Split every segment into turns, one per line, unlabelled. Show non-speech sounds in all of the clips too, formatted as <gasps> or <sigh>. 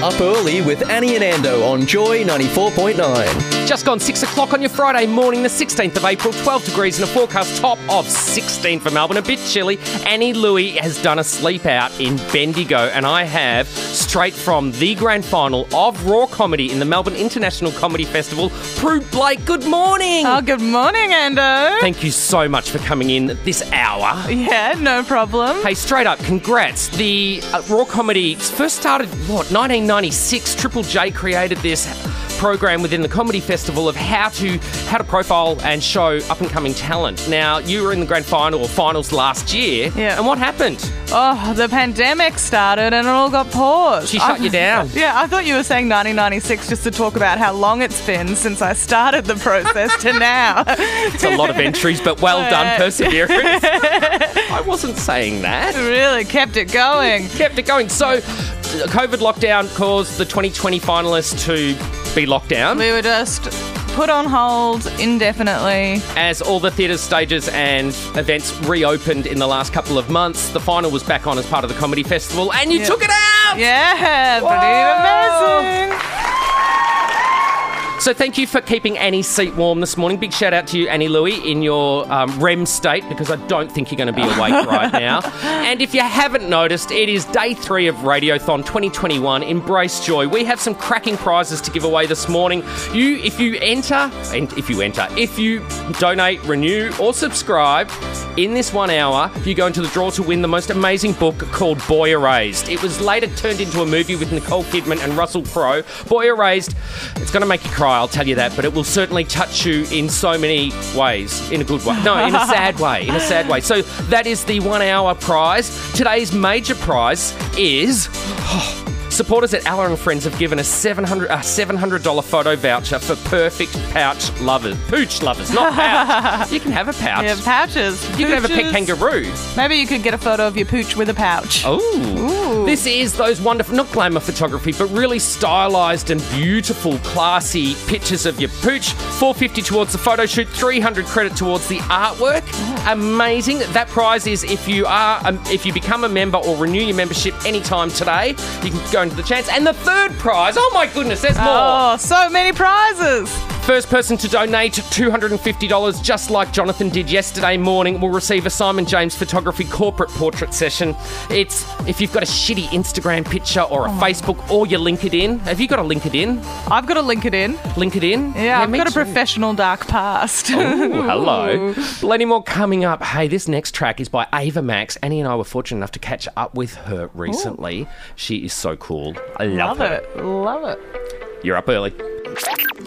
Up early with Annie and Ando on Joy 94.9.
Just gone 6 o'clock on your Friday morning, the 16th of April, 12 degrees and a forecast top of 16 for Melbourne. A bit chilly. Annie Louie has done a sleep out in Bendigo, and I have straight from the grand final of Raw Comedy in the Melbourne International Comedy Festival, Prude Blake. Good morning.
Oh, good morning, Ando.
Thank you so much for coming in this hour.
yeah, no problem.
Hey, straight up, congrats. The uh, Raw Comedy first started, what, 1996. Triple J created this program within the comedy festival of how to how to profile and show up and coming talent. Now, you were in the grand final or finals last year.
Yeah.
And what happened?
Oh, the pandemic started and it all got paused.
She shut
I-
you down.
<laughs> Yeah, I thought you were saying 1996 just to talk about how long it's been since I started the process to
<laughs>
now. <laughs>
It's a lot of entries, but well done,
Yeah.
perseverance. I wasn't saying that.
really kept it going.
kept it going. So, uh, COVID lockdown caused the 2020 finalists to be locked down.
We were just put on hold indefinitely.
As all the theatres, stages, and events reopened in the last couple of months, the final was back on as part of the comedy festival, and you
Yeah.
took it out.
Yeah,
Whoa.
pretty amazing.
So thank you for keeping Annie's seat warm this morning. Big shout out to you, Annie Louie, in your um, REM state because I don't think you're going to be
<laughs>
awake right now. And if you haven't noticed, it is day three of Radiothon 2021. Embrace joy. We have some cracking prizes to give away this morning. You, if you enter, and if you enter, if you donate, renew, or subscribe in this one hour, you go into the draw to win the most amazing book called Boy Erased. It was later turned into a movie with Nicole Kidman and Russell Crowe. Boy Erased, it's going to make you cry, I'll tell you that, but it will certainly touch you in so many ways. In a good way. No, in a sad way. In a sad way. So that is the one hour prize. Today's major prize is. oh, Supporters at Aller and Friends have given a $700, a $700 photo voucher for perfect pouch lovers. Pooch lovers, not pouch. you can have a pouch.
Yeah, pouches.
you can have a pet
pooches.
kangaroo.
Maybe you could get a photo of your pooch with a pouch.
Oh. This is those wonderful, not glamour photography, but really stylized and beautiful, classy pictures of your pooch. 450 towards the photo shoot, 300 credit towards the artwork.
Oh.
Amazing. That prize is if you are, um, if you become a member or renew your membership anytime today, you can go into the chance. And the third prize, oh my goodness, there's more.
Oh, so many prizes.
First person to donate $250, just like Jonathan did yesterday morning, will receive a Simon James Photography corporate portrait session. It's if you've got a shitty Instagram picture or
Oh.
a Facebook or your LinkedIn. Have you got a LinkedIn?
I've got to link it in.
LinkedIn?
Yeah, I've
me
got a
too.
professional dark past. <laughs>
Ooh, hello. Plenty more coming up. Hey, this next track is by Ava Max. Annie and I were fortunate enough to catch up with her recently. She is so cool. I love,
Love
her.
it. Love it.
You're up early.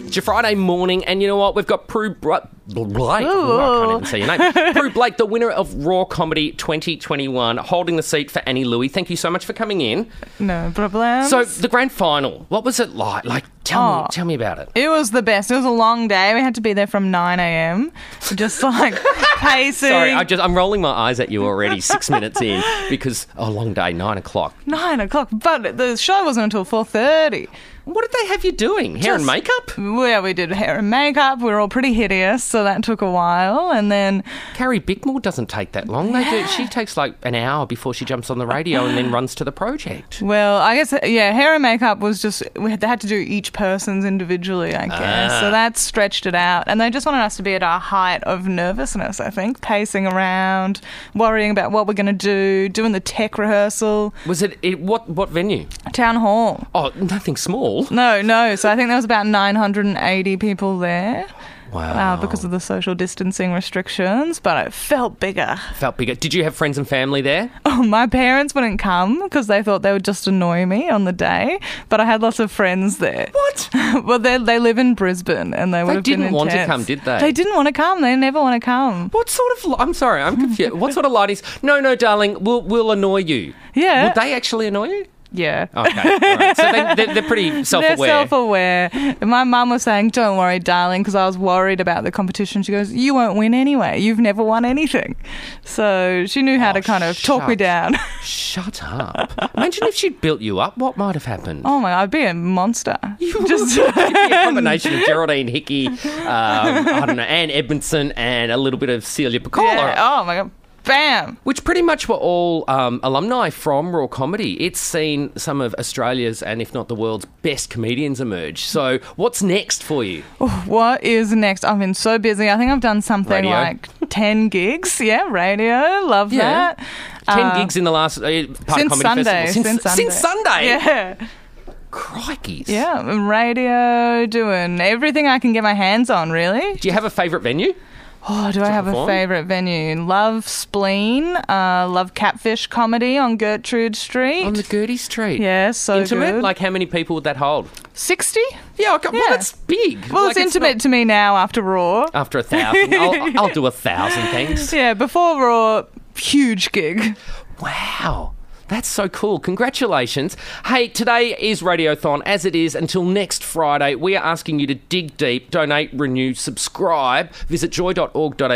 It's your Friday morning, and you know what? We've got Prue Br- Bl- Blake. Ooh, I can't even say your
<laughs>
name. Prue Blake, the winner of Raw Comedy 2021, holding the seat for Annie Louie. Thank you so much for coming in.
No problem.
So the grand final, what was it like? Like, tell me,
Oh.
tell me about it.
it was the best. It was a long day. We had to be there from 9 a.m. Just like pacing.
Sorry, I just I'm rolling my eyes at you already.
<laughs>
Six minutes in because a long day, nine o'clock.
Nine o'clock, but the show wasn't until four thirty.
What did they have you doing? Hair and
Just-
makeup?
Yeah, we did hair and makeup. We were all pretty hideous, so that took a while. And then
Carrie Bickmore doesn't take that long. They do. She takes like an hour before she jumps on the radio and then runs to the project.
Well, I guess yeah, hair and makeup was just we had, they had to do each person's individually, I guess. So that stretched it out, and they just wanted us to be at our height of nervousness. I think pacing around, worrying about what we're going to do, doing the tech rehearsal,
Was it, it what what venue?
town hall.
Oh, nothing small.
No, no. So I think there was about 980 people there.
Wow.
Uh, because of the social distancing restrictions, but it felt bigger. <laughs> Oh,
Felt bigger. Did you have friends and family there?
My parents wouldn't come because they thought they would just annoy me on the day, but I had lots of friends there.
What?
<laughs> well, they they live in Brisbane, and they would
They
have
didn't
been
want to
intense.
come, did they?
They didn't want to come. They never want to come.
What sort of? li- I'm sorry, I'm confused. what sort of light is? No, no, darling. We'll we'll annoy you.
Yeah.
Would they actually annoy you?
Yeah.
Okay. all right. So they, they're, they're pretty Oh, self-aware.
<laughs> They're self-aware. And My mum was saying, "Don't worry, darling," because I was worried about the competition. She goes, "You won't win anyway. You've never won anything." So she knew how to kind of talk me
Oh, shucks.
down. <laughs>
Shut up. Imagine if she'd built you up. What might have happened?
oh my, God, I'd be a monster.
<laughs>
<laughs>
You just be a combination of Geraldine Hickey, um, I don't know, Anne Edmondson, and a little bit of Celia Piccolo,
Yeah. Oh my god. Bam.
which pretty much were all um, alumni from Royal Comedy. It's seen some of Australia's and if not the world's best comedians emerge. So, what's next for you?
What is next? I've been so busy. I think I've done something
Radio.
like 10 gigs. Yeah, radio. Love
Yeah.
that.
Ten
Uh,
gigs in the last uh, part of
since
comedy
Sunday,
festival
since Sunday.
Since Sunday.
Yeah.
Crikey's.
Yeah, I'm radio, doing everything I can get my hands on, really.
Do you have a favourite venue?
Oh, do I have a
perform?
favourite venue? Love Spleen, uh, love Catfish Comedy on Gertrude Street.
On the Gertie Street.
yeah, so
Intimate?
good.
Like, how many people would that hold?
60?
Yeah, okay.
Yeah.
well, that's big.
Well,
Like,
it's intimate
not- Oh.
to me now after Raw.
after a <laughs> thousand, I'll, I'll do a thousand things.
yeah, before Raw, huge gig.
Wow. That's so cool. Congratulations. Hey, today is Radiothon as it is until next Friday. We are asking you to dig deep, donate, renew, subscribe. Visit joy.org.au.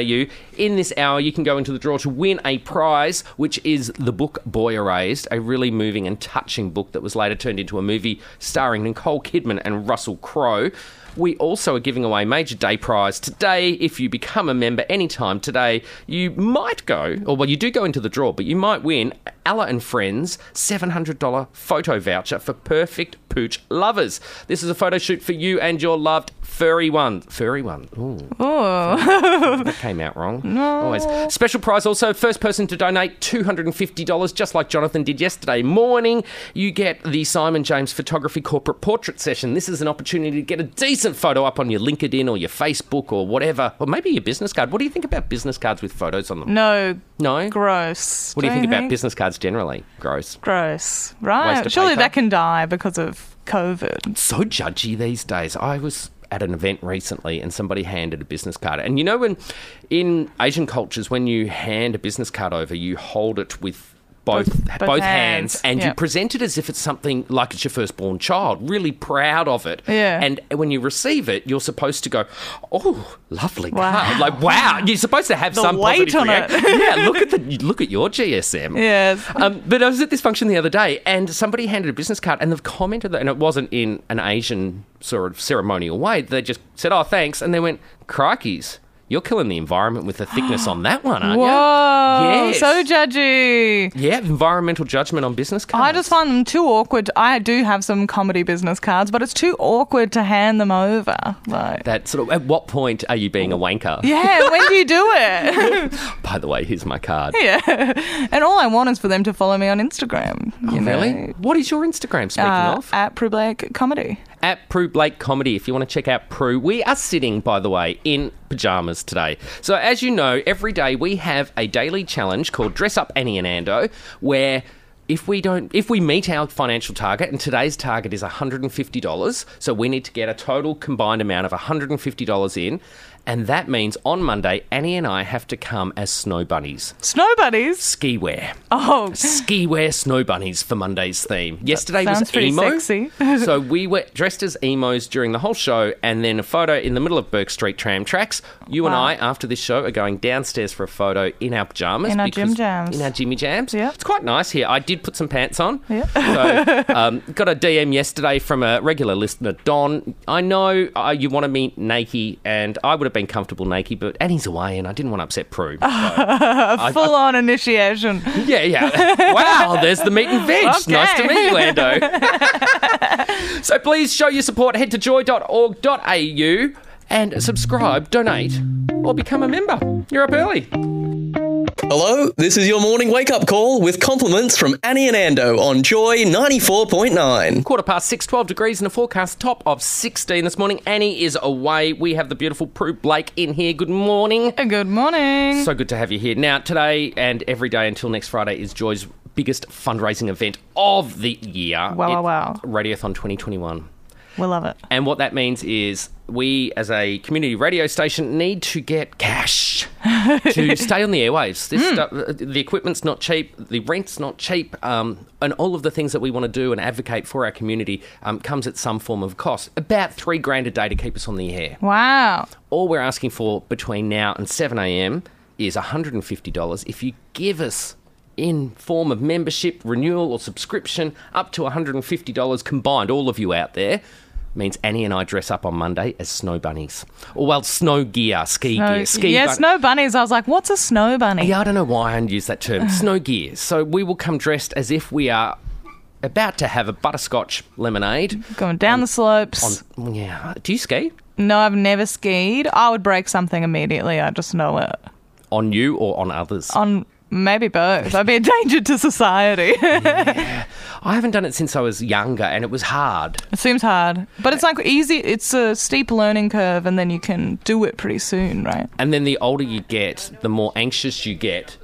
In this hour, you can go into the draw to win a prize, which is the book Boy Erased, a really moving and touching book that was later turned into a movie starring Nicole Kidman and Russell Crowe. We also are giving away major day prize today. If you become a member anytime today, you might go, or well, you do go into the draw, but you might win Ella and Friends $700 photo voucher for perfect pooch lovers. This is a photo shoot for you and your loved furry one. Furry one. Ooh. That came out wrong. Always. Special prize also first person to donate $250, just like Jonathan did yesterday morning. You get the Simon James Photography Corporate Portrait Session. This is an opportunity to get a decent photo up on your LinkedIn or your Facebook or whatever, or maybe your business card. What do you think about business cards with photos
Mm,
on them?
No,
No?
gross.
What do you
Don't
think about business cards generally? Gross.
Gross,
Waste
right?
of
Surely
paper.
that can die because of COVID.
so judgy these days. I was at an event recently and somebody handed a business card. And you know when in Asian cultures when you hand a business card over, you hold it with both both,
Both- both
hands,
hands,
and you
yeah.
present it as if it's something like it's your firstborn child, really proud of it.
Yeah.
And when you receive it, you're supposed to go, "Oh, lovely
Wow.
card!" Like, wow, you're supposed to have some
weight
positive
on it.
reaction. yeah, look at the look at your GSM.
Yes.
Um, but I was at this function the other day, and somebody handed a business card, and they've commented that, and it wasn't in an Asian sort of ceremonial way. They just said, "Oh, thanks," and they went, "Crikey's, you're killing the environment with the thickness on that one, aren't
Whoa,
you?" Yes.
so judgy.
yeah, environmental judgment on business cards.
I just find them too awkward. I do have some comedy business cards, but it's too awkward to hand them over. Like,
that sort of. At what point are you being a wanker? <laughs>
yeah, when do you do it? <laughs>
By the way, here's my card.
yeah. And all I want is for them to follow me on Instagram.
Oh,
You know?
Really? What is your Instagram? Speaking
Uh,
of,
at Prue Blake Comedy.
at Prue Blake Comedy if you want to check out Prue. We are sitting, by the way, in pajamas today. So, as you know, every day we have a daily challenge called Dress Up Annie and Ando, where if we don't, if we meet our financial target, and today's target is $150, so we need to get a total combined amount of $150 in, and that means on Monday, Annie and I have to come as snow bunnies,
Snow Buddies.
ski wear <laughs>
Oh,
ski wear snow bunnies for Monday's theme. Yesterday
sounds
was
pretty
emo,
sexy. <laughs>
so we were dressed as emos during the whole show, and then a photo in the middle of Burke Street tram tracks. You and
Wow.
I, after this show, are going downstairs for a photo in our pajamas,
In our
because-
gym jams.
in our jimmy jams.
Yeah.
it's quite nice here. I did put some pants on.
Yeah. <laughs>
So, um, got a DM yesterday from a regular listener, Don. I know uh, you wanted me naked, and I would have been comfortable naked, but Annie's away, and I didn't want to upset Prue.
full on initiation. <laughs>
Yeah, yeah. wow, there's the meat and veg.
Okay.
Nice to meet you,
<laughs>
Lando. so please show your support. Head to joy.org.au and subscribe, donate, or become a member. You're up early.
Hello, this is your morning wake up call with compliments from Annie and Ando on Joy 94.9.
Quarter past six, 12 degrees, and a forecast top of 16 this morning. Annie is away. We have the beautiful Prue Blake in here. Good morning.
Good morning.
So good to have you here. Now, today and every day until next Friday is Joy's biggest fundraising event of the year.
Wow, wow, wow.
Radiothon 2021.
We love it.
And what that means is we, as a community radio station, need to get cash to stay on the airwaves. This stu- the equipment's not cheap, the rent's not cheap, um, and all of the things that we want to do and advocate for our community um, comes at some form of cost. About three grand a day to keep us on the air.
Wow.
All we're asking for between now and 7 a.m. is $150. If you give us in form of membership, renewal, or subscription, up to $150 combined, all of you out there, means Annie and I dress up on Monday as snow bunnies. Or, well, snow gear, ski
No,
gear, ski
yeah,
bun-
snow bunnies. I was like, what's a snow bunny?
yeah, I don't know why I use that
<sighs>
term. Snow gear. So we will come dressed as if we are about to have a butterscotch lemonade. Mm-hmm.
Going down the slopes.
Yeah. Do you ski?
No, I've never skied. I would break something immediately. I just know it.
On you or on others?
On maybe both. I'd be a <laughs> danger to society. <laughs>
I haven't done it since I was younger, and it was hard.
it seems hard, but it's like easy. It's a steep learning curve, and then you can do it pretty soon, right?
And then the older you get, the more anxious you get.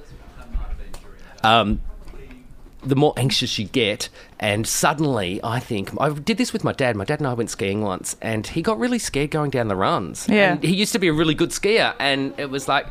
Um, the more anxious you get, and suddenly I think I did this with my dad. My dad and I went skiing once, and he got really scared going down the runs.
Yeah.
And he used to be a really good skier, and it was like,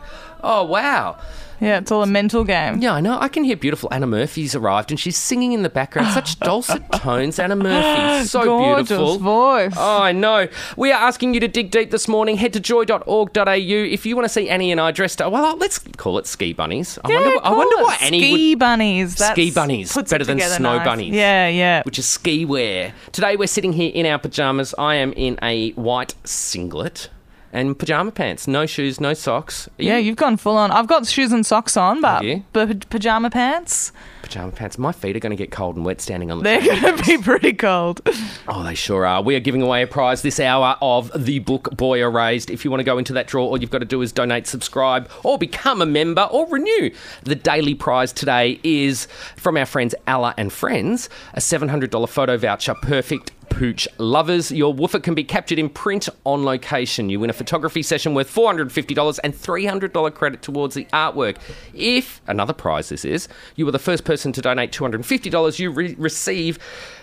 oh wow,
Yeah, it's all a mental game.
yeah, I know. I can hear beautiful Anna Murphy's arrived, and she's singing in the background,
<laughs>
such dulcet tones. Anna Murphy, so
Gorgeous
beautiful
voice.
Oh, I know. We are asking you to dig deep this morning. Head to joy.org.au if you want to see Annie and I dressed up. Well, uh, let's call it ski bunnies. I wonder. I
cool.
wonder why Annie
ski
would.
bunnies. That's,
Ski bunnies,
puts it
better than
together
snow
nice.
bunnies.
Yeah, yeah.
Which is ski wear. Today we're sitting here in our pajamas. I am in a white singlet and pajama pants. No shoes, no socks. Are
yeah,
you-
you've gone full on. I've got shoes and socks on, but
you?
but pajama pants.
pajama pants. My feet are going to get cold and wet standing on the.
They're going to be pretty cold. <laughs>
Oh, they sure are. We are giving away a prize this hour of the book Boy Erased. If you want to go into that draw, all you've got to do is donate, subscribe, or become a member or renew. The daily prize today is from our friends Alla and Friends, a $700 photo voucher, perfect pooch lovers. Your woofer can be captured in print on location. You win a photography session worth $450 and $300 credit towards the artwork. If, another prize this is, you were the first person to donate $250, you re- receive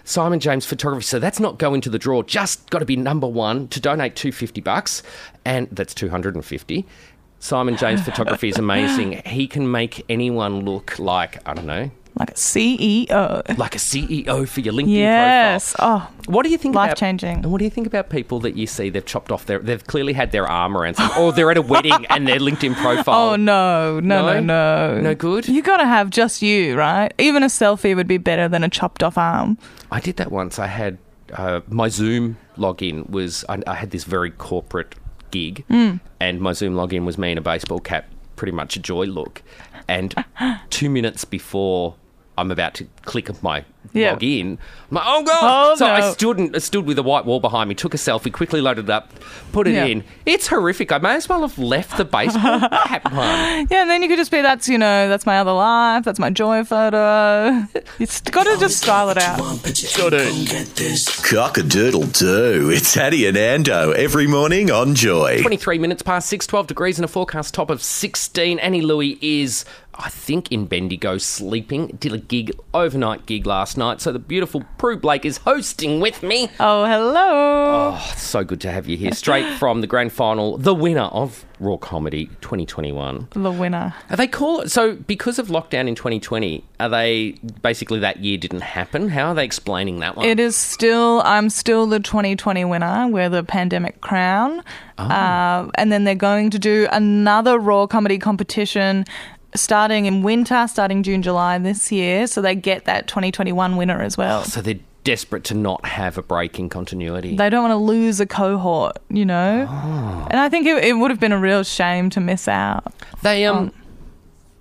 Simon James Photography. So that's not going to the draw, just got to be number one to donate 250 bucks, and that's 250 Simon James Photography is amazing. He can make anyone look like, I don't know,
like a CEO.
like a CEO for your LinkedIn
Yes.
profile.
Oh,
What do you think? about-
Life-changing.
What do you think about people that you see? They've chopped off their. They've clearly had their arm around, some, or they're at a wedding and their LinkedIn profile.
Oh no, no, no,
No?
no.
No good?
You gotta have just you, right? Even a selfie would be better than a chopped off arm.
I did that once. I had uh, my Zoom login was. I, I had this very corporate gig,
Hmm.
and my Zoom login was me in a baseball cap, pretty much a joy look.
<gasps>
And two minutes before I'm about to click my
Yeah.
login, I'm like, oh god!
Oh,
so I
no.
stood and, uh, stood with a white wall behind me, took a selfie, quickly loaded it up, put it
Yeah.
in. It's horrific. I may as well have left the
<laughs>
baseball cap one.
Yeah, and then you could just be that's you know, that's my other life, that's my joy photo. <laughs> It's gotta just style it out.
Cockadoodle do. It's Addy and Ando every morning on Joy.
23 minutes past 6, 12 degrees and a forecast top of 16. Annie Louie is, I think, in Bendigo sleeping. Did a gig, overnight gig last night. So the beautiful Prue Blake is hosting with me.
Oh hello.
Oh, it's so good to have you here. <laughs> Straight from the grand final, the winner of Raw Comedy 2021.
The winner.
Are they call So because of lockdown in 2020, are they basically that year didn't happen? How are they explaining that one?
It is still, I'm still the 2020 winner. We're the pandemic crown. Uh, and then they're going to do another Raw comedy competition starting in winter, starting June, July this year. So they get that 2021 winner as well.
so they're desperate to not have a break in continuity.
They don't want to lose a cohort, you know? And I think it, it would have been a real shame to miss out.
They um,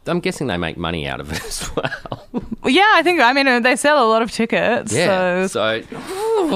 I'm guessing they make money out of it as well.
Well, yeah, I think, I mean, uh, they sell a lot of tickets.
Yeah.
so.
So,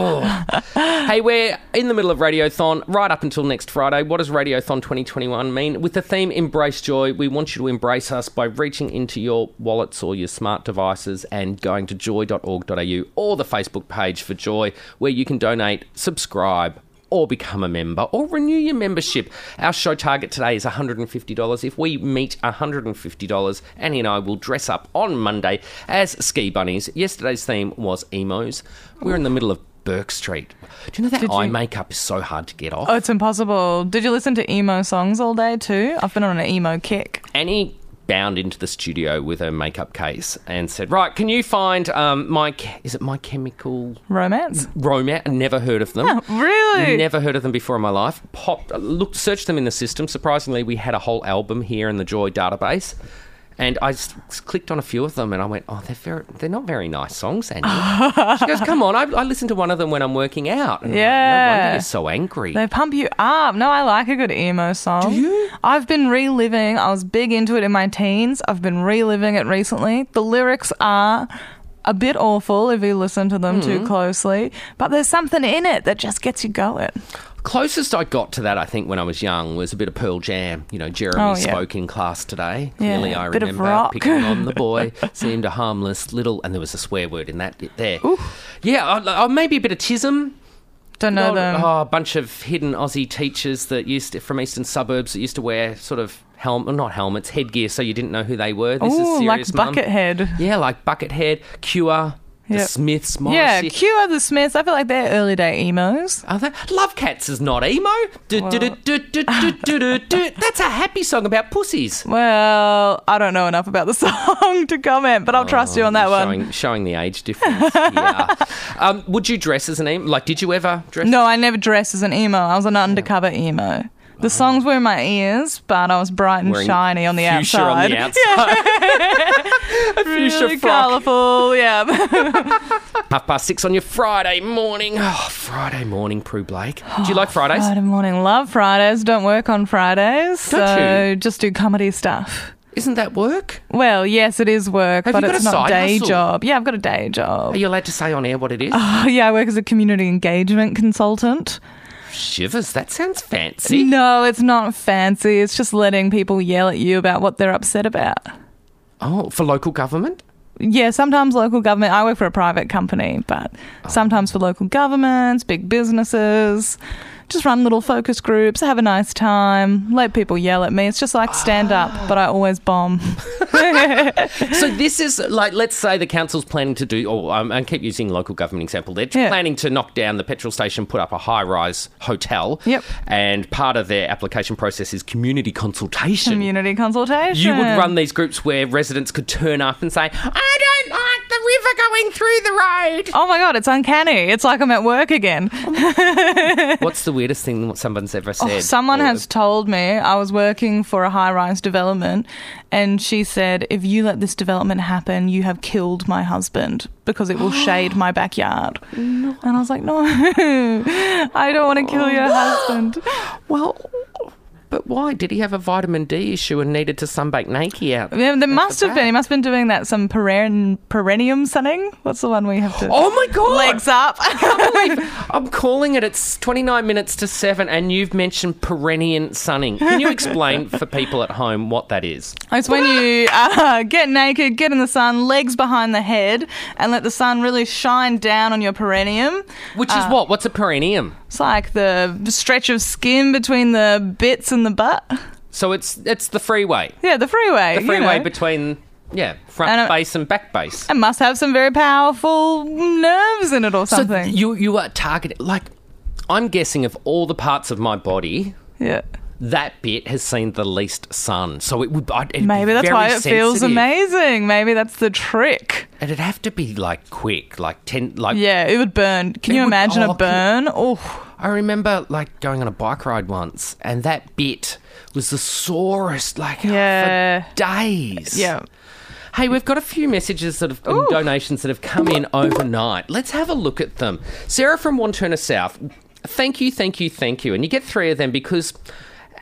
hey, we're in the middle of Radiothon right up until next Friday. What does Radiothon 2021 mean? With the theme Embrace Joy, we want you to embrace us by reaching into your wallets or your smart devices and going to joy.org.au or the Facebook page for Joy, where you can donate, subscribe, or become a member or renew your membership. Our show target today is $150. If we meet $150, Annie and I will dress up on Monday as ski bunnies. Yesterday's theme was emos. We're in the middle of Burke Street. Do you know that
Did
eye
you-
makeup is so hard to get off?
Oh, it's impossible. Did you listen to emo songs all day too? I've been on an emo kick.
Annie bound into the studio with her makeup case and said, "Right, can you find um, my Ch- is it my chemical
Romance?
romance? Never heard of them.
Oh, Really?
Never heard of them before in my life. Popped, looked, searched them in the system. Surprisingly, we had a whole album here in the Joy database." And I s- s- clicked on a few of them, and I went, "Oh, they're very, they're not very nice songs,
<laughs>
Annie." she goes, "Come on, I, I listen to one of them when I'm working out." And I'm like, no
Yeah.
wonder you're so angry.
They pump you up. No, I like a good emo song. Do you? I've been reliving. I was big into it in my teens. I've been reliving it recently. The lyrics are a bit awful if you listen to them too closely, but there's something in it that just gets you going.
Closest I got to that, I think, when I was young, was a bit of Pearl Jam. You know, Jeremy
Oh, yeah.
spoke in class today.
Yeah,
Clearly, I
bit of
remember
rock.
picking on the
<laughs>
boy. Seemed a harmless little, and there was a swear word in that bit there. Yeah, I, I, maybe a bit of Chisholm.
Don't know
Oh,
them.
oh, a bunch of hidden Aussie teachers that used to, from eastern suburbs that used to wear sort of helm, well, not helmets, headgear, so you didn't know who they were. This is
Ooh, like
serious, mum.
Buckethead.
Yeah, like Buckethead, Cure, the
Yep.
Smiths,
Yeah,
Morrissey.
Cure the Smiths. I feel like they're early day emos.
Are they? Love Cats is not emo. Du- du- du- du- du- du- du- du- du. That's a happy song about pussies.
Well, I don't know enough about the <laughs> song to comment, but I'll trust you on that one.
Oh, Showing, showing the age difference. Yeah. um, would you dress as an emo? Like, did you ever dress?
No, I never dressed as an emo. I was an undercover emo. The songs were in my ears, but I was bright and
Oh. Wearing
shiny on the
fuchsia
outside.
on
<laughs>
the outside. <laughs> a fuchsia
really
frock.
colourful, yeah.
Half past six on your Friday morning. Oh, Friday morning, Prue Blake. Do you like Fridays?
Oh, Friday morning, love Fridays. Don't work on Fridays,
Don't
so
you?
just do comedy stuff.
Isn't that work?
Well, yes, it is work,
Have
but
you got
it's
a side
not day
hustle?
job. Yeah, I've got a day job.
Are you allowed to say on air what it is?
Oh, yeah, I work as a community engagement consultant.
Shivers, that sounds fancy.
No, it's not fancy. It's just letting people yell at you about what they're upset about.
Oh, for local government?
Yeah, sometimes local government. I work for a private company, but sometimes for local governments, big businesses. Just run little focus groups, have a nice time, let people yell at me. It's just like stand up, but I always bomb. <laughs>
So this is like, let's say the council's planning to do, or um, I keep using local government example. They're
Yeah.
planning to knock down the petrol station, put up a high-rise hotel.
Yep.
And part of their application process is community consultation.
Community consultation.
you would run these groups where residents could turn up and say, "Ah,
<laughs>
"I don't like the river going through the
Oh my god, it's uncanny. It's like I'm at work again.
road." What's the weirdest thing that someone's ever said?
Oh, someone
Or-
has told me I was working for a high rise development, and she said, If you let this development happen, you have killed my husband because it will
<gasps>
shade my backyard. And I was like, No, <laughs> I don't want to kill your
Oh. <laughs>
husband.
Well, but why did he have a vitamin D issue and needed to sunbake naked out?
Yeah, there must have been, he must have been doing that some peren- perennium sunning. What's the one we have to.
Oh my god! <laughs>
Legs up. <laughs>
I'm calling it. It's 29 minutes to seven, and you've mentioned perennial sunning. Can you explain
<laughs>
for people at home what that is?
It's when you uh, get naked, get in the sun, legs behind the head, and let the sun really shine down on your perennium.
Which
Uh,
is what? What's a perennium?
It's like the stretch of skin between the bits and the butt.
So it's it's the freeway,
Yeah, the freeway.
the
you
freeway
know.
between yeah front
And, uh,
base and back base.
It must have some very powerful nerves in it or
So
something.
you you are targeted like I'm guessing of all the parts of my body.
yeah.
That bit has seen the least sun, so it would. I'd, it'd be
Maybe that's
very
why it feels
sensitive.
amazing. Maybe that's the trick.
It'd have to be like quick, like ten, like
Yeah, it would burn. Can
It
you
would-
imagine
oh,
a burn? Oh,
I remember like going on a bike ride once, and that bit was the sorest, like
Yeah.
for days.
yeah.
Hey, we've got a few messages that have, and donations that have come in overnight. Let's have a look at them. Sarah from Wanturna South, thank you, thank you, thank you. And you get three of them because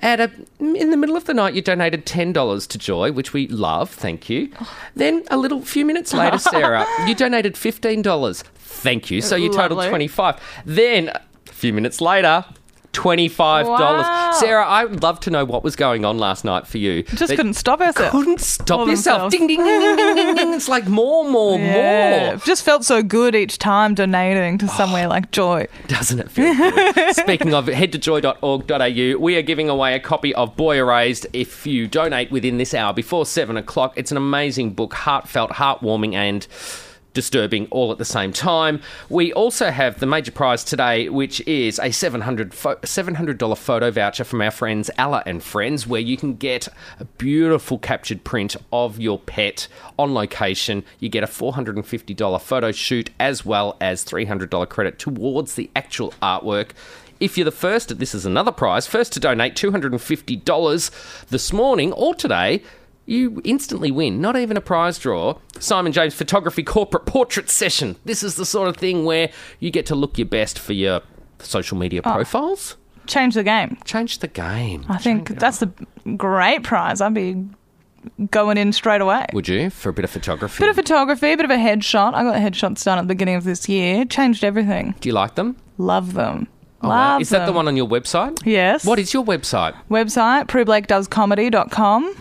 at a, in the middle of the night you donated $10 to Joy, which we love, thank you.
Oh.
Then a little few minutes
<laughs>
later, Sarah, you donated $15. Thank you. So you totaled
Lovely.
25. Then a few minutes later, $25.
Wow.
Sarah, I would love to know what was going on last night for you.
Just
That-
couldn't stop herself.
couldn't stop
All
yourself.
themselves.
Ding, ding, ding, ding, ding, ding, ding. It's like more, more,
<laughs> Yeah.
more.
Just felt so good each time donating
Oh.
to somewhere like Joy.
Doesn't it feel
<laughs>
good? Speaking of, head to joy.org.au. We are giving away a copy of Boy Erased if you donate within this hour before seven o'clock. It's an amazing book, heartfelt, heartwarming, and disturbing all at the same time. We also have the major prize today, which is a $700, pho- $700 photo voucher from our friends Allah and Friends, where you can get a beautiful captured print of your pet on location. You get a $450 photo shoot as well as $300 credit towards the actual artwork. If you're the first, this is another prize, first to donate $250 this morning or today, you instantly win. Not even a prize draw. Simon James Photography Corporate Portrait Session. This is the sort of thing where you get to look your best for your social media
Oh.
profiles.
Change the game.
Change the game.
I think that's the great prize. I'd be going in straight away.
Would you for a bit of photography?
bit of photography, bit of a headshot. I got headshots done at the beginning of this year. Changed everything.
Do you like them?
Love them.
Oh, wow.
Love
Is that the
them.
one on your website?
Yes.
What is your website?
Website, PrueBlakeDoesComedy.com.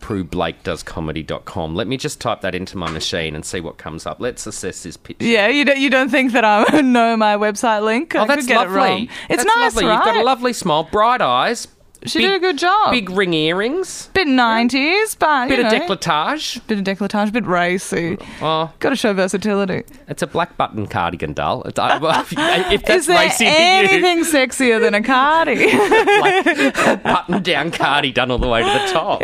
PrueBlakeDoesComedy.com. Let me just type that into my machine and see what comes up. Let's assess this picture.
Yeah, you don't, you don't think that I <laughs> know my website link?
Oh,
I
that's
could get
lovely.
it wrong.
That's
It's nice,
lovely.
right?
You've got a lovely smile, bright eyes.
She did a good job.
Big ring earrings.
bit 90s, but,
Bit
you
of
know,
decolletage.
Bit of decolletage, bit racy.
Oh,
Got to show versatility.
It's a black button cardigan, doll. It's, I, well,
<laughs>
if that's
Is there
racy to
anything sexier than a <laughs> cardi?
you, <laughs> like, button down cardi done all the way to the
<laughs>
top.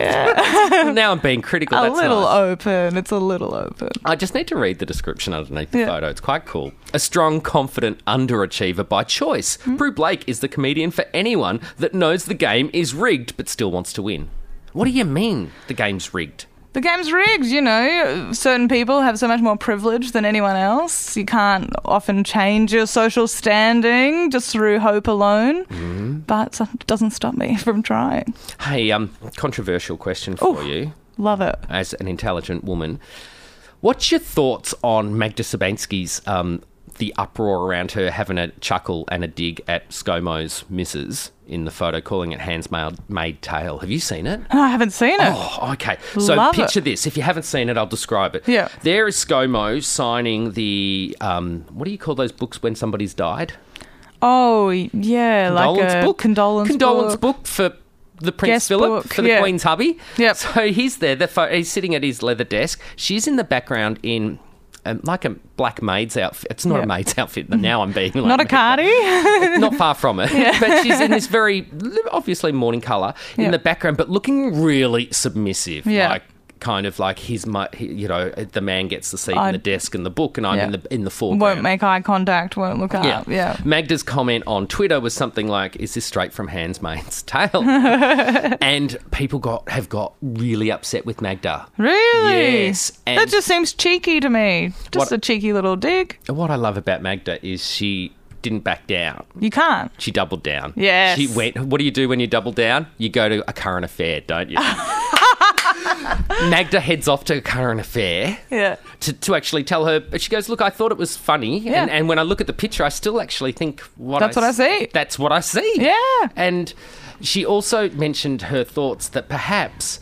now I'm being critical.
a
that's
little
nice.
open. It's a little open.
I just need to read the description underneath the
Yeah.
photo. It's quite cool. A strong, confident underachiever by choice. Brew Blake is the comedian for anyone that knows the game is rigged but still wants to win. What do you mean the game's rigged?
The game's rigged, you know. Certain people have so much more privilege than anyone else. You can't often change your social standing just through hope alone.
Mm-hmm.
But it doesn't stop me <laughs> from trying.
Hey, um, controversial question for you.
Love it.
as an intelligent woman. What's your thoughts on Magda Sabansky's um, the uproar around her having a chuckle and a dig at ScoMo's missus in the photo, calling it hands made, made tail? Have you seen it?
No, I haven't seen it.
Oh, okay. So
Love it.
picture this. If you haven't seen it, I'll describe it.
Yeah.
There is ScoMo signing the um, what do you call those books when somebody's died?
Oh, yeah,
condolence
like a
book.
condolence,
condolence
book.
book. for the Prince
Guest
Philip
book,
for the
yeah.
Queen's hubby.
Yep.
So he's there. The pho- he's sitting at his leather desk. She's in the background in. Um, like a black maid's outfit. It's not a
Yeah.
maid's outfit. but Now I'm being like
Not a cardi.
not far from it. but she's in this very obviously morning colour in
Yeah.
the background, but looking really submissive.
Yeah.
Like kind of like he's my, he- you know, the man gets the seat
I-
and the desk and the book, and I'm
Yeah.
in the in the foreground.
<laughs> won't make eye contact, won't look
Yeah.
up. Yeah.
Magda's comment on Twitter was something like, "Is this straight from Handmaid's <laughs> Tale?"
<laughs>
and people got have got really upset with Magda.
Really?
Yes,
that
and-
just seems cheeky to me. Just
What-
a cheeky little dig.
What I love about Magda is she didn't back down.
You can't.
She doubled down.
Yes.
She went. What do you do when you double down? You go to a current affair, don't
<laughs>
you? Magda heads off to a current affair.
Yeah.
to, to actually tell her. But she goes, "Look, I thought it was funny, and,
Yeah.
and when I look at the picture, I still actually think what
That's what I
s-
see.
That's what I see."
Yeah.
And she also mentioned her thoughts that perhaps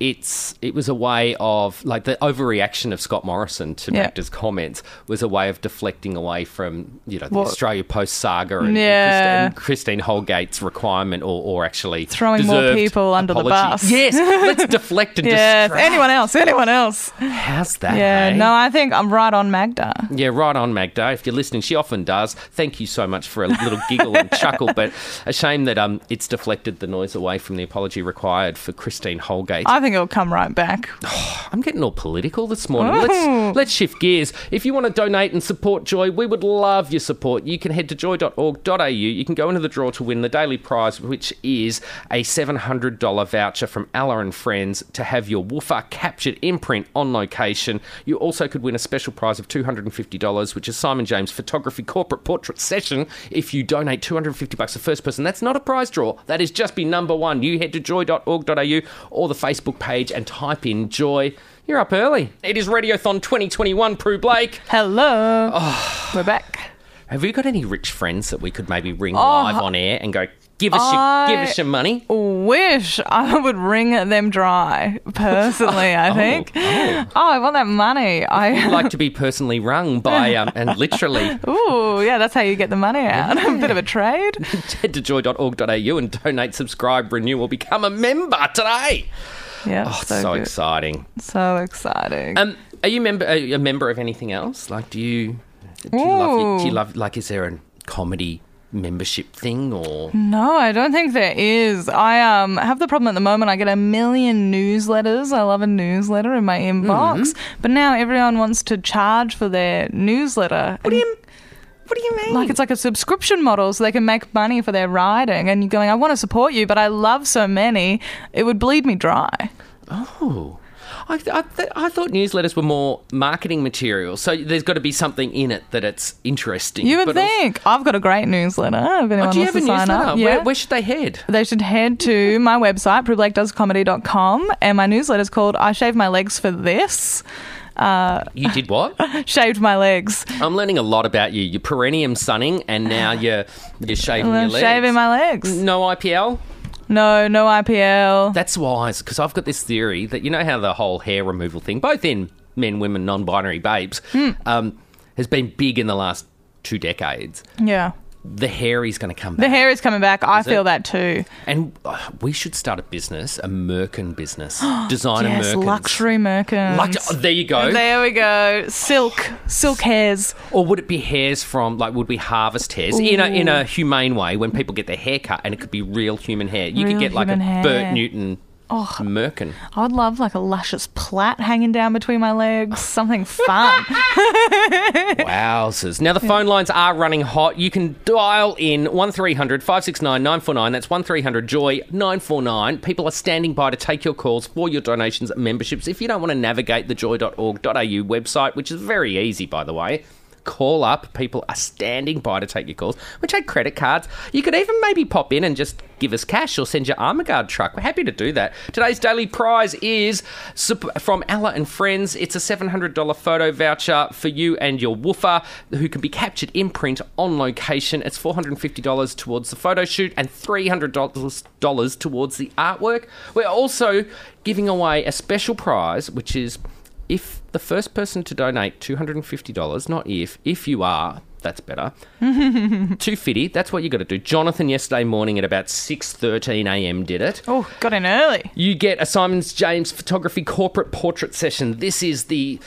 it's it was a way of like the overreaction of Scott Morrison to
Yeah.
Magda's comments was a way of deflecting away from you know the
What-
Australia Post saga and,
Yeah.
Christine, Christine Holgate's requirement or, or actually
Throwing more
deserved
people under the
apology.
bus.
Yes, let's deflect
<laughs>
and
Yeah.
distract.
Anyone else? Anyone else?
How's that?
Yeah.
eh?
No, I think I'm right on Magda.
Yeah, right on, Magda. If you're listening, she often does. Thank you so much for a little giggle and chuckle, but a shame that um, it's deflected the noise away from the apology required for Christine Holgate.
I think it'll come right back.
I'm getting all political this morning. Let's let's shift gears. If you want to donate and support Joy, we would love your support. You can head to joy.org.au. You can go into the draw to win the daily prize, which is a $700 voucher from Allah and Friends to have your woofer captured in print on location. You also could win a special prize of $250, which is Simon James Photography Corporate Portrait Session. If you donate 250 bucks to first person, that's not a prize draw. That is just be number one. You head to joy.org.au or the Facebook page and type in Joy. You're up early. It is Radiothon 2021, Prue Blake.
Hello. We're back.
Have we got any rich friends that we could maybe ring live on air and go, give us,
Oh, I-
your, give us your money?
Wish I would wring them dry,
<laughs>
personally, I think. Oh, I want that money. I.
like to be personally rung by, um, and
<laughs>
literally,
Ooh, yeah, that's how you get the money out. <laughs> A bit of a trade.
head to joy.org.au and donate, subscribe, renew, or become a member today.
Yeah,
Oh, it's
so
so
good.
exciting.
So exciting.
Um, Are you member are you a member of anything else? Like, do you do you, love, your- do you
Ooh.
love like is there a comedy membership thing or
No, I don't think there is. I um have the problem at the moment. I get a million newsletters. I love a newsletter in my inbox,
Mm-hmm.
but now everyone wants to charge for their newsletter. What do you?
what do you mean?
Like it's like a subscription model, so they can make money for their writing. And you're going, I want to support you, but I love so many, it would bleed me dry.
Oh. I, I, th- I thought newsletters were more marketing material, so there's got to be something in it that it's interesting.
You would
but also-
think I've got a great newsletter. If anyone
Oh, do you
wants
have a
to sign
newsletter?
up,
Where, where should they head?
<laughs> they should head to my website, privilegeddoescomedy.com, and my newsletter is called I Shave My Legs for This.
You did
<laughs>
what?
Shaved my legs.
I'm learning a lot about you. You're perennium sunning, and now you're you're shaving your
I'm
legs.
shaving my legs. Mm.
no IPL.
No, no IPL.
That's wise because I've got this theory that you know how the whole hair removal thing, both in men, women, non-binary babes, um, has been big in the last two decades.
Yeah.
The hair is going to come back,
The hair is coming back. I feel
it?
that too.
and uh, we should start a business, a merkin business,
<gasps>
design
yes,
a merkin.
luxury merkins.
oh, there you go.
There we go. Silk. Silk hairs.
Or would it be hairs from like would we harvest hairs in a in a humane way when people get their hair cut and it could be real human hair. You
Real
could get like a
human hair.
Bert Newton merkin.
I would love like a luscious plait hanging down between my <laughs> legs. Something fun.
Wowzers. Now the phone lines are running hot. You can dial in 1300 569 949. That's 1300 Joy 949. People are standing by to take your calls for your donations and memberships. If you don't want to navigate the joy.org.au website, which is very easy by the way, call up. People are standing by to take your calls. We take credit cards. You could even maybe pop in and just give us cash or send your armor guard truck. We're happy to do that. Today's daily prize is sup- from Ella and Friends. It's a $700 photo voucher for you and your woofer who can be captured in print on location. It's $450 towards the photo shoot and $300 dollars towards the artwork. We're also giving away a special prize, which is if the first person to donate $250, not if, if you are, that's
<laughs>
better. 250, that's what you got to do. Jonathan yesterday morning at about 6:13 a.m. did it.
oh, got in early.
You get a Simons James photography corporate portrait session. This is the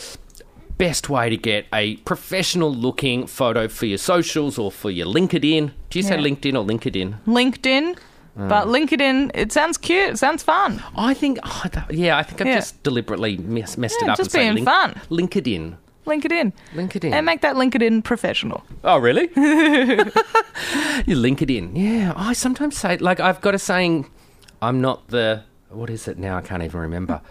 best way to get a professional looking photo for your socials or for your LinkedIn. Do you say
Yeah.
LinkedIn or LinkedIn?
LinkedIn. But LinkedIn, it sounds cute. It sounds fun.
I think oh, I don't- yeah, I think I've
Yeah.
just deliberately mess, messed it
Yeah,
up
just
and say
being fun.
LinkedIn.
LinkedIn.
LinkedIn.
And make that LinkedIn professional.
Oh,
<laughs>
really? <laughs> you link it in. Yeah, I sometimes say, like, I've got a saying, I'm not the, what is it now? I can't even
<laughs>
remember.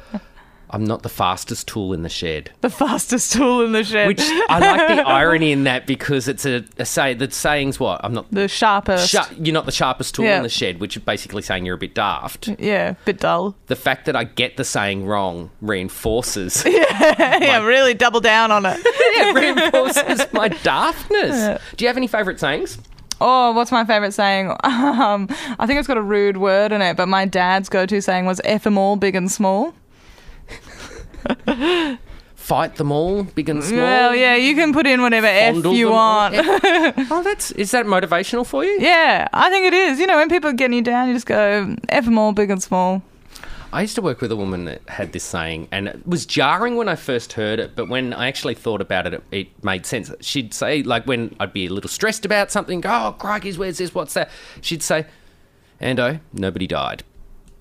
I'm not the fastest tool in the shed.
The <laughs> fastest tool in the shed.
Which I like the irony in that because it's a, a say, the saying's what? I'm not
<laughs> the sharpest.
Sha- you're not the sharpest tool
Yeah.
in the shed, which is basically saying you're a bit daft.
yeah, bit dull.
The fact that I get the saying wrong reinforces
<laughs> Yeah, really double down on it.
yeah, reinforces my daftness. Do you have any favourite sayings?
<laughs> Oh, what's my favourite saying? <laughs> Um, I think it's got a rude word in it, but my dad's go-to saying was "F 'em all, big and small."
Fight them all, big and small.
Well, yeah, you can put in whatever
Fondle
F you
them all.
want. <laughs>
Oh, that's is that motivational for you?
yeah, I think it is. You know, when people are getting you down, you just go "F 'em all, big and small."
I used to work with a woman that had this saying, and it was jarring when I first heard it, but when I actually thought about it, it, it made sense. She'd say, like, when I'd be a little stressed about something, go, oh, crikey's, where's this, what's that? She'd say, Ando, nobody died.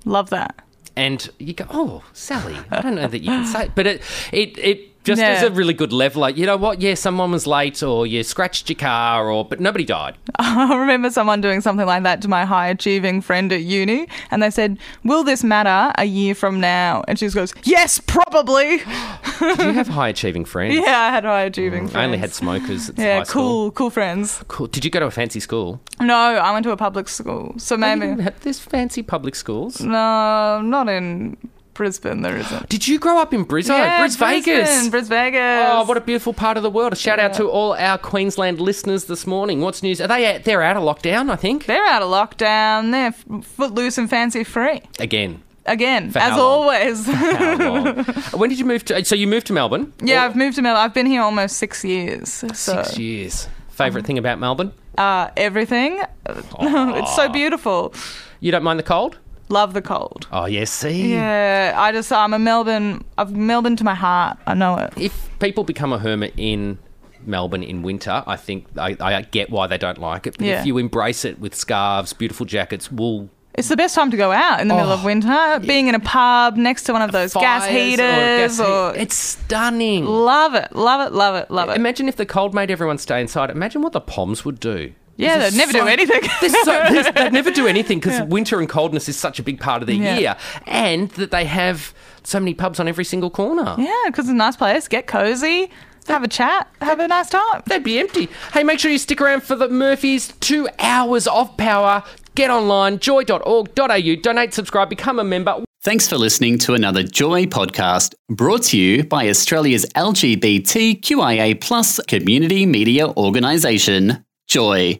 Love that. <laughs>
And you go, oh, Sally, I don't know that you can say, but it, it, it just
Yeah.
is a really good level. Like, you know what? Yeah, someone was late, or you scratched your car, or but nobody died.
I remember someone doing something like that to my high achieving friend at uni, and they said, "Will this matter a year from now?" And she just goes, "Yes, probably." <laughs>
Do you have high achieving <laughs> friends?
Yeah, I had high achieving. friends.
Mm, I only had smokers. At
Yeah,
high school.
cool, cool friends.
Cool. Did you go to a fancy school?
No, I went to a public school, so maybe
Mm, There's fancy public schools.
no, not in Brisbane. There isn't.
Did you grow up in Brisbane?
Yeah,
Bris Vegas.
Brisbane, Bris Vegas.
Oh, what a beautiful part of the world! A shout out to all our Queensland listeners this morning. What's news? Are they? They're out of lockdown, I think.
They're out of lockdown. They're f- footloose and fancy free
Again.
again,
For
as
how long?
always.
How long? when did you move to? So you moved to Melbourne?
<laughs> yeah, I've moved to Melbourne. I've been here almost six years. So
Six years. Favorite thing about Melbourne?
uh, <laughs> everything. it's so beautiful.
You don't mind the cold?
Love the cold.
Oh, yeah, see?
Yeah, I just I'm a Melbourne. I've Melbourne to my heart. I know it.
If people become a hermit in Melbourne in winter, I think I, I get why they don't like it. But
Yeah.
if you embrace it with scarves, beautiful jackets, wool,
It's the best time to go out in the middle of winter. Being in a pub next to one of those gas
Oh, fires or a gas
heaters, or,
heat- it's stunning.
love it, love it, love it, love it.
Imagine if the cold made everyone stay inside. Imagine what the Poms would do.
Yeah,
This is
they'd never
<laughs>
do anything.
this is
<laughs>
so, this, they'd never do anything because winter and coldness is such a big part of their
Yeah.
year, and that they have so many pubs on every single corner.
Yeah, because it's a nice place. Get cozy, have a chat, have a nice time.
They'd be empty. Hey, make sure you stick around for the Murphy's two hours of power. Get online, joy.org.au, donate, subscribe, become a member.
Thanks for listening to another Joy podcast brought to you by Australia's LGBTQIA plus community media organisation, Joy.